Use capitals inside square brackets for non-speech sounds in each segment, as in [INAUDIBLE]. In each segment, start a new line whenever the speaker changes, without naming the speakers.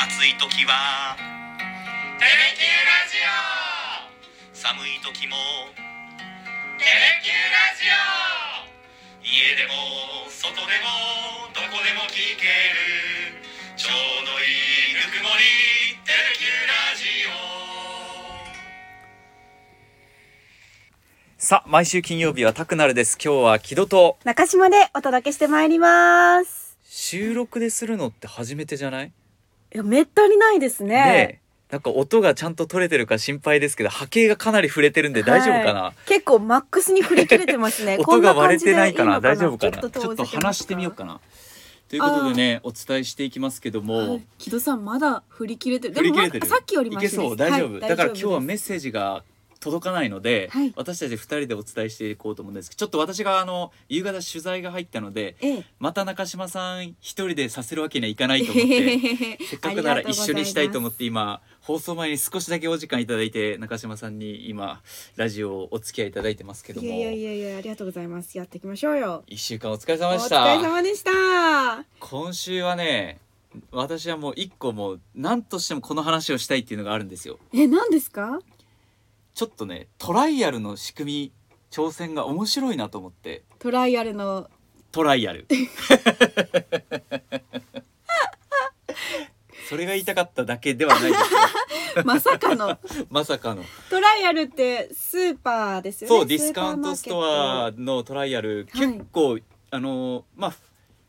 暑い時は
テレキューラジオ
寒い時も
テレキューラジオ
家でも外でもどこでも聞けるちょうどいいぬくもりテレキューラジオ
さあ、毎週金曜日はタクナルです。今日は木戸と
中島でお届けしてまいります。
収録でするのって初めてじゃない
いや、めったにないですね。
ねえなんか音がちゃんと取れてるか心配ですけど波形がかなり触れてるんで大丈夫かな、
はい結構マックスに振り切れてます
[LAUGHS]
ね。
音が割れてないかな
こん感
大
じで
丈
いい
夫
の
かなちょっと話してみよう。かなということでねお伝えしていきますけども、
はい、木戸さんまだ振り切れてる。
振り切れて
でも
る
まださっきよりマシです。
いけそう大丈夫、
はい
だから今日は
大丈夫
メッセージが届かないので、
はい
私たち2人でお伝えしていこうと思うんですけどちょっと私があの夕方取材が入ったので
です
また中島さん一人でさせるわけにはいかないと思って
[LAUGHS]
[LAUGHS]
ええ、
せっかくなら一緒にしたいと思
っ
って今放送前に少しだけお時間いただいて中島さんに今ラジオをお付き合いいただいてますけども
いやいやいやいやありがとうございます。やっていきましょうよ。
1週間お疲れ様
お
でし
疲れ
た
様でした。
今週はね私はもう一個もう何としてもこの話をしたいっていうのがあるんですよ
え何ですか？
ちょっとねトライアルの仕組み挑戦が面白いなと思って
トライアルの
トラ
[LAUGHS]
イアルそれが言いたかっただけではないです
まさかの
よまさかの
トライアルってスーパーですよね。
そうディスカウントストアのトライアル
はい
結構、あのまあ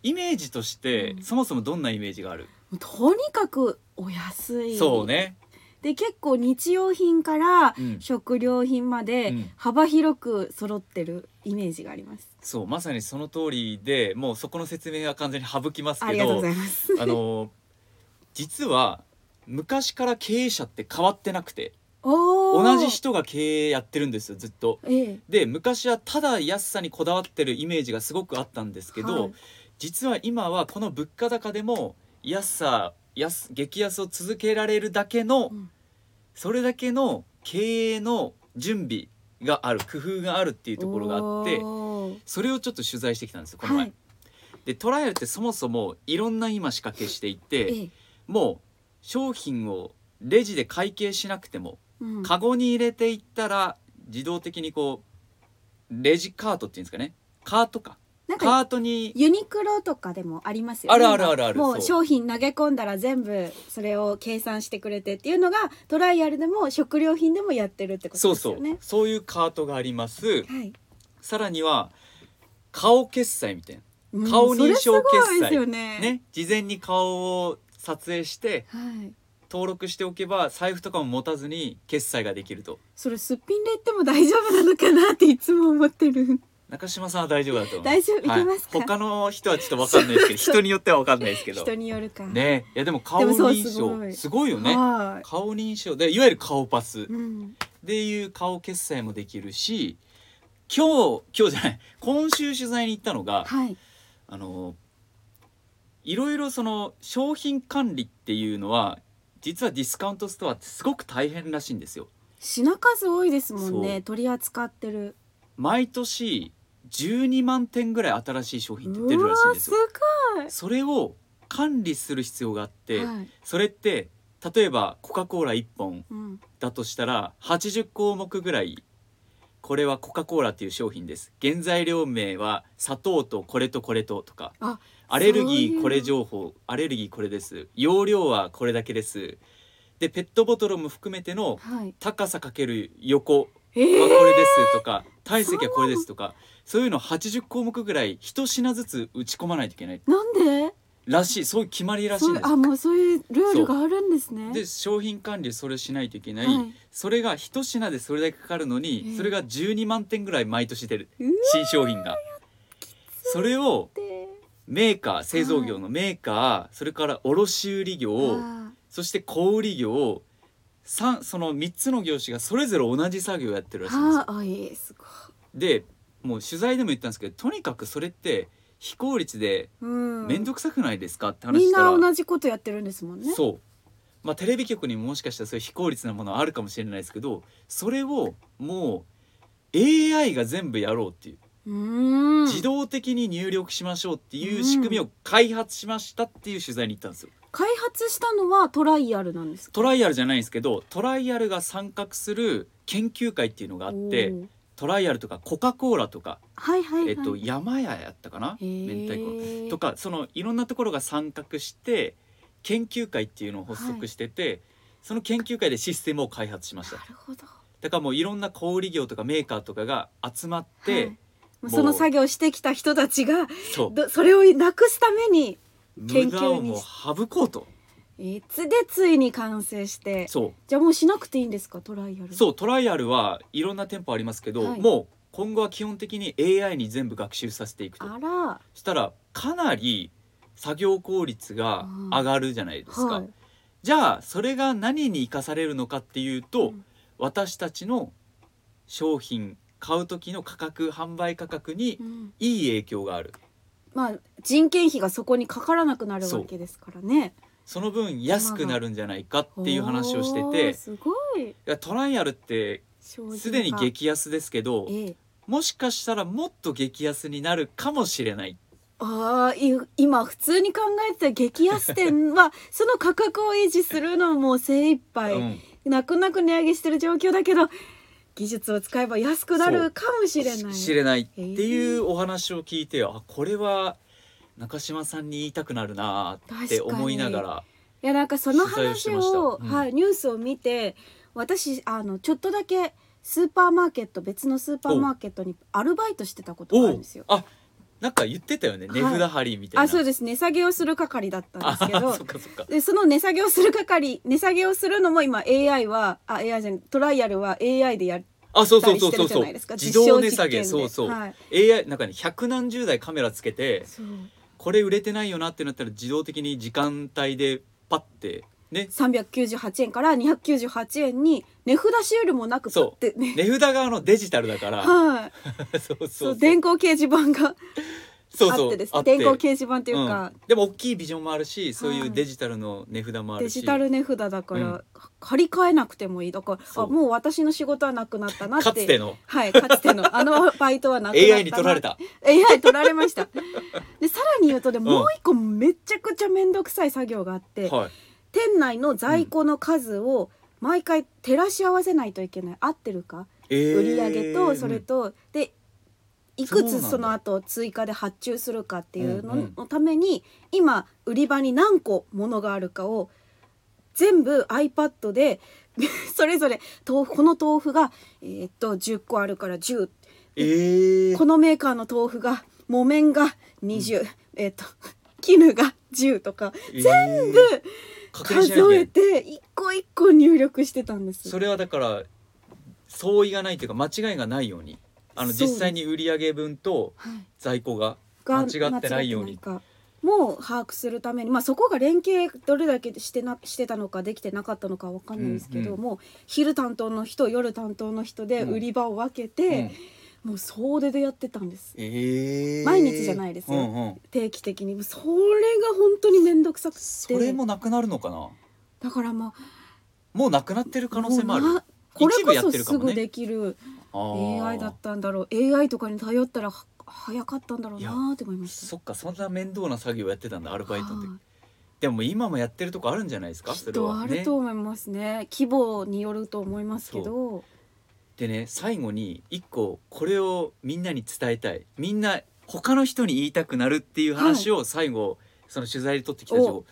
イメージとして、
うん
そもそもどんなイメージがある、
とにかくお安い。
そう。ね、
で結構日用品から
うん
食料品ま
う
で
ん
幅広く揃ってるイメージがあります。
そうまさにその通りでもうそこの説明は完全に省きます
あ
け
りがと
ど
うござい
[LAUGHS]
ます。
あの実は昔から経営者って変わってなくて同
おー
じ。人が経営やってるんですよずっと。
ええ。
で昔はただ安さにこだわってるイメージがすごくあったんですけど、
はい
実は今はこの物価高でも安さ安激安を続けられるだけの、
うん
それだけの経営の準備がある工夫があるっていうところがあって
おー
それをちょっと取材してきたんですよこの前。
はい
でトライアルってそもそもいろんな今仕掛けしてい
え
て
え。
もう商品をレジで会計しなくても
うん
カゴに入れていったら自動的にこうレジカートっていうんですかねカートか
なんか
カートに
ユニクロとかでもありますよね。
あるあるあるある
も
そうう
商品投げ込んだら全部それを計算してくれてっていうのがトライアルでも食料品でもやってるってこと
そう
です
そ
よ
う
ね。
そういうカートがあります
はい。
さらには顔決済みたい
うん
顔認証決済
それすごいですよね。
なね事前に顔を撮影して
はい。
登録しておけば財布とかも持たずに決済ができると
それすっぴんで言っても大丈夫なのかなっていつも思ってる。
中島さんは大丈夫だと思う
[LAUGHS] 大丈夫いけますか
はい、他の人はちょっとわかんないです
[LAUGHS]
けど人によってはわかんないですけど
人によるか。。
ねいやでも顔
でもそう
認
すご
証
い
すごいよね
は
顔認証でいわゆる顔パス
い。うん。
でいう顔決済もできるし今日今日じゃない今週取材に行ったのが
はい。
あのいろいろその商品管理っていうのは実はディスカウントストアってすごく大変らしいんですよ。
品数多いですもん
そう
ね。取り扱ってる。
毎年12万点ぐらい新しい商品って出
う
る
わ
らしいん
ー
ですす
ご
よ
い。。
それを管理する必要があって、
はい。
それって例えばコカ・コーラ1本
うん。
だとしたら80項目ぐらいこれはコカ・コーラっていう商品です原材料名は砂糖とこれとこれととか
あ
アレル
そう
ギ
い
ー
う
これ情報アレルギーこれです容量はこれだけですでペットボトルも含めての
はい。
高さかける横は
ええ
これですとか、体積はこれですとかそういうの80項目ぐらい一品ずつ打ち込まないといけない
なんで？
らしいそういう決まりらしいん
そう
です
あもうそういうルールがあるんですね。
で商品管理それしないといけない、
はい
それが一品でそれだけかかるのに、
ええ
それが12万点ぐらい毎年出る
うわ
新商品がそれを
で
メーカー製造業のメーカー、それから卸売業
あ
そして小売業三その3つの業種がそれぞれ同じ作業をやってる
ー
らしいんですよ
あーあいえすごい。
でもう取材でも言ったんですけどとにかくそれって非効率で
うん。
面倒くさくないですかって話
みん
した
な
ら、
同じことやってるんですもんね。
そうまあテレビ局にももしかしたらそういう非効率なものはあるかもしれないですけどそれをもう AI が全部やろうっていう
うーん
自動的に入力しましょうっていう仕組みを開発しましたっていう取材に行ったんですよ。
開発したのはトライアルなんですか
トライアルじゃないんですけどトライアルが参画する研究会っていうのがあっ
お
て
ー
トライアルとかコカ・コーラとか、
はいはいはい、
えっと、山屋やったかな
へー
明太子とかそのいろんなところが参画して研究会っていうのを発足してて、その研究会でシステムを開発しました
なるほど
だからもういろんな小売業とかメーカーとかが集まって、
はい
もう
その作業してきた人たちが
そう
どそれをなくすために、研究
無
に
駄をもう省こうと
えーつでついに完成して
そ
じゃあもうしなくていいんですかトライア
う
ル
そうトライアルはいろんな店舗ありますけど、
はい
もう今後は基本的に AI に全部学習させていくと
あら
したらかなり作業効率が上がるじゃないですか、
はい
じゃあそれが何に生かされるのかっていうと、
うん
私たちの商品買う時の価格販売価格に
うん
いい影響がある
まあ人件費がそこにかからなくなるわけですからね
その分安くなるんじゃないかっていう話をして
お
て
ーすごい
いやトライアルって
精進化
すでに激安ですけど
ええ
もしかしたらもっと激安になるかもしれない
ああい今普通に考えてた激安
[LAUGHS]
店はその価格を維持するのはもう精一杯、
うん
泣く泣く値上げしてる状況だけど技術を使えば安くなるかもしれない
し知れないっていうお話を聞いてあこれは中島さんに言いたくなるなーって思いながら
いやなんかその
取材をし
話
てました
を
うん
はい、ニュースを見て私あのちょっとだけスーパーマーケット別のスーパーマーケットにアルバイトしてたことがあるんですよ。
あなんか言ってたよね値
はい
札張りみたいな、
あそうです値下げをする係だったんですけ
あ
ど
そっかそっか
でその値下げをする係値下げをするのも今 AI はあ AI じゃないトライアルは AI でやっ
あそう
た
そう
り
そ
し
うそ
てる
う
じゃ
そう
ないですか
自動値
実証
下げ
実験
そう
で
そう、
はい
AI なんかね100何十台カメラつけて
そう
これ売れてないよなってなったら自動的に時間帯でパッてね
398円から298円に値札修理もなく
そう
パッて [LAUGHS] ね
値札があのデジタルだから
はい
[LAUGHS] そうそう
そ
そう
う電光掲示板が
そう
あ
そう
ってです
あ
ね
って
電光掲示板っていうか、
うんでも大きいビジョンもあるしそうい
は
う
い
デジタルの値札もあ
デ
るし、
ジタル値札だから、
うん
借り換えなくてもいいだから
そ
あ
う
もう私の仕事はなくなったなって
かつての
はいかつ
[LAUGHS]
てのあのバイトはなくなったな
AI に取られた
AI 取られま
[LAUGHS]
したでさらに言うとで
ん
もう一個めちゃくちゃ面倒くさい作業があって、
はい
店内の在庫の数を毎回照らし合わせないといけない合ってるか
え
売
ー
り上げとそれと、でい
そう
く
なん
つ
だ
その後追加で発注するかっていうの
うんうん
のために今売り場に何個ものがあるかを全部 iPad で [LAUGHS] それぞれ豆腐この豆腐が、えーっと10個あるから10
えー
このメーカーの豆腐が木綿が20、えーっと絹が10とか
全
部
確認しないと
数
い
え
けない
て一個一個入力してたんです。
それはだから相違がないというか間違いがないようにあの
そうです
実際に売り上げ分と
はい
在庫が
が
間違ってないように
間違ってないかもう把握するために、まあ、そこが連携どれだけしてなしてたのかできてなかったのかわかんないですけ
う
ど、
んうん
もう昼担当の人夜担当の人で
うん
売り場を分け
うん
て、もう総出でやってたんです
えー
毎日じゃないですよ
うんうん
定期的にそれが本当に面倒くさくて
それもなくなるのかな
だからまあ
もうなくなってる可能性もある
うなこれ
一部
こ
やっ
そ
てるか
す
もね
ぐできる
あー
AI だったんだろう AI とかに頼ったらは早かったんだろうなって思いました。
そっかそんな面倒な作業やってたんだアルバイトの時
はい
でも今もやってるとこあるんじゃないですか
き
そ
っ
れ
と
は
あ
ね
ると思いますね規模によると思いますけど
でね最後に一個これをみんなに伝えたいみんな他の人に言いたくなるっていう話を最後、その取材で取ってきた情報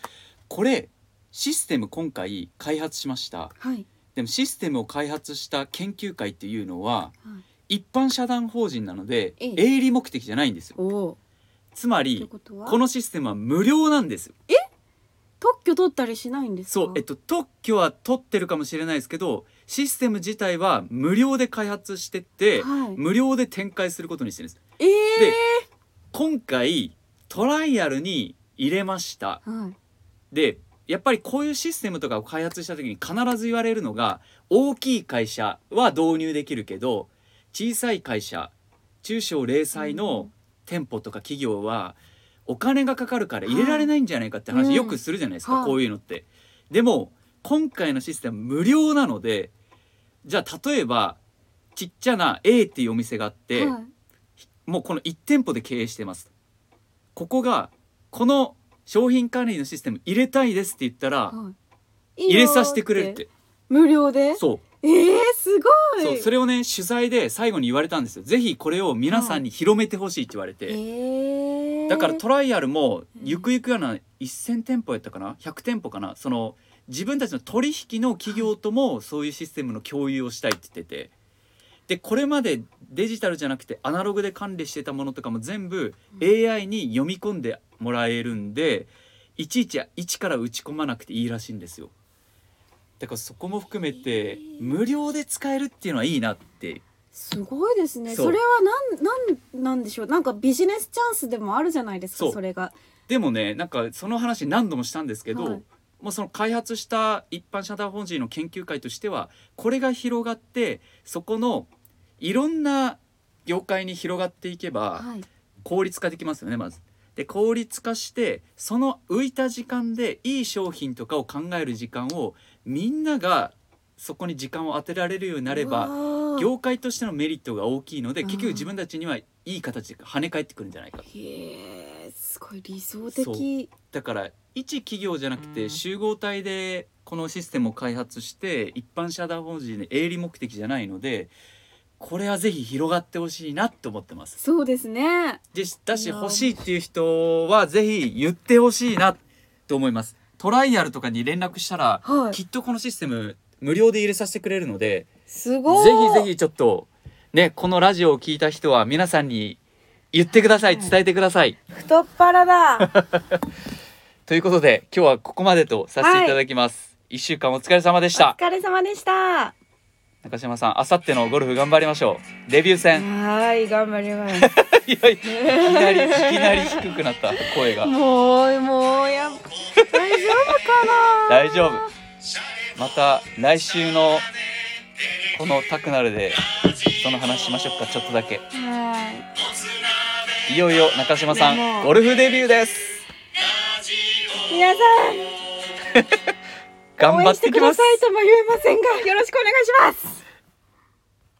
これシステム今回開発しました
はい
でもシステムを開発した研究会っていうのは
はい
一般社団法人なので
ええ
営利目的じゃないんですよ
おお
つま
という
り
ことは
このシステムは無料なんですよ
特許取ったりしないんですか
そう、えっと、特許は取ってるかもしれないですけどシステム自体は無料で開発してって、
はい
無料で展開することにしてるんです
ええ
今回トライアルに入れました
はい
でやっぱりこういうシステムとかを開発した時に必ず言われるのが大きい会社は導入できるけど小さい会社中小零細
う
の店舗とか企業はお金がかかるから入れられないんじゃないかって
は
話
い
よくするじゃないですか、
はい
こういうのって。でも今回のシステム無料なのでじゃあ例えばちっちゃな A っていうお店があって、
はい
もうこの1店舗で経営してますここがこの商品管理のシステム入れたいですって言ったら
いいよ
入れさせてくれるって
無料で
そう
ええすごい
そうそれをね取材で最後に言われたんですよぜひこれを皆さんに広めてほしいって言われて、
ええ
だからトライアルもゆくゆくはな1,000店舗やったかな100店舗かなその自分たちの取引の企業ともそういうシステムの共有をしたいって言っててでこれまでデジタルじゃなくてアナログで管理してたものとかも全部 AI に読み込んでもらえるんでいちいち一から打ち込まなくていいらしいんですよ。だからそこも含めて無料で使えるっていうのはいいなって
すごいですね
そう
それはなんなんなんでしょうなんかビジネスチャンスでもあるじゃないですか
そう
それが
でもねなんかその話何度もしたんですけど、
はい
もうその開発した一般社団法人の研究会としてはこれが広がってそこのいろんな業界に広がっていけば
はい
効率化できますよねまず。で効率化してその浮いた時間でいい商品とかを考える時間をみんながそこに時間を当てられるようになれば
わあ
業界としてのメリットが大きいので
うん
結局自分たちにはいい形で跳ね返ってくるんじゃないかと
へえすごい理想
そう
的
だから一企業じゃなくて集合体でこのシステムを開発して一般社団法人で営利目的じゃないのでこれはぜひ広がってほしいなと思ってます。
そうですね
でだし
いやー
欲しいっていう人はぜひ言ってほしいなと思います。トライアルとかに連絡したら、
はい
きっとこのシステム無料で入れさせてくれるのですぜ
ごい
ひぜひちょっとねこのラジオを聞いた人は皆さんに言ってください伝えてください。
太っ腹だ
ということで今日はここまでとさせていただきます、一週間お疲れ様でし
お
た
疲れ様でしたは
中島さんあさってのゴルフ頑張りましょうデビュー
[LAUGHS]
戦
ーい頑張ります
いやいやいきなりいきなり低くなった声が
[LAUGHS] もうもうや大丈夫かな
大丈夫また来週のこのタクナルでその話しましょうかちょっとだけ
はい
いよいよ中島さ
で
ん
も
ゴルフデビューです
皆さ
頑
ん応
張
援
っ
して
てき
く
ま
だ
す
さいとも言えませんがよろしくお願いします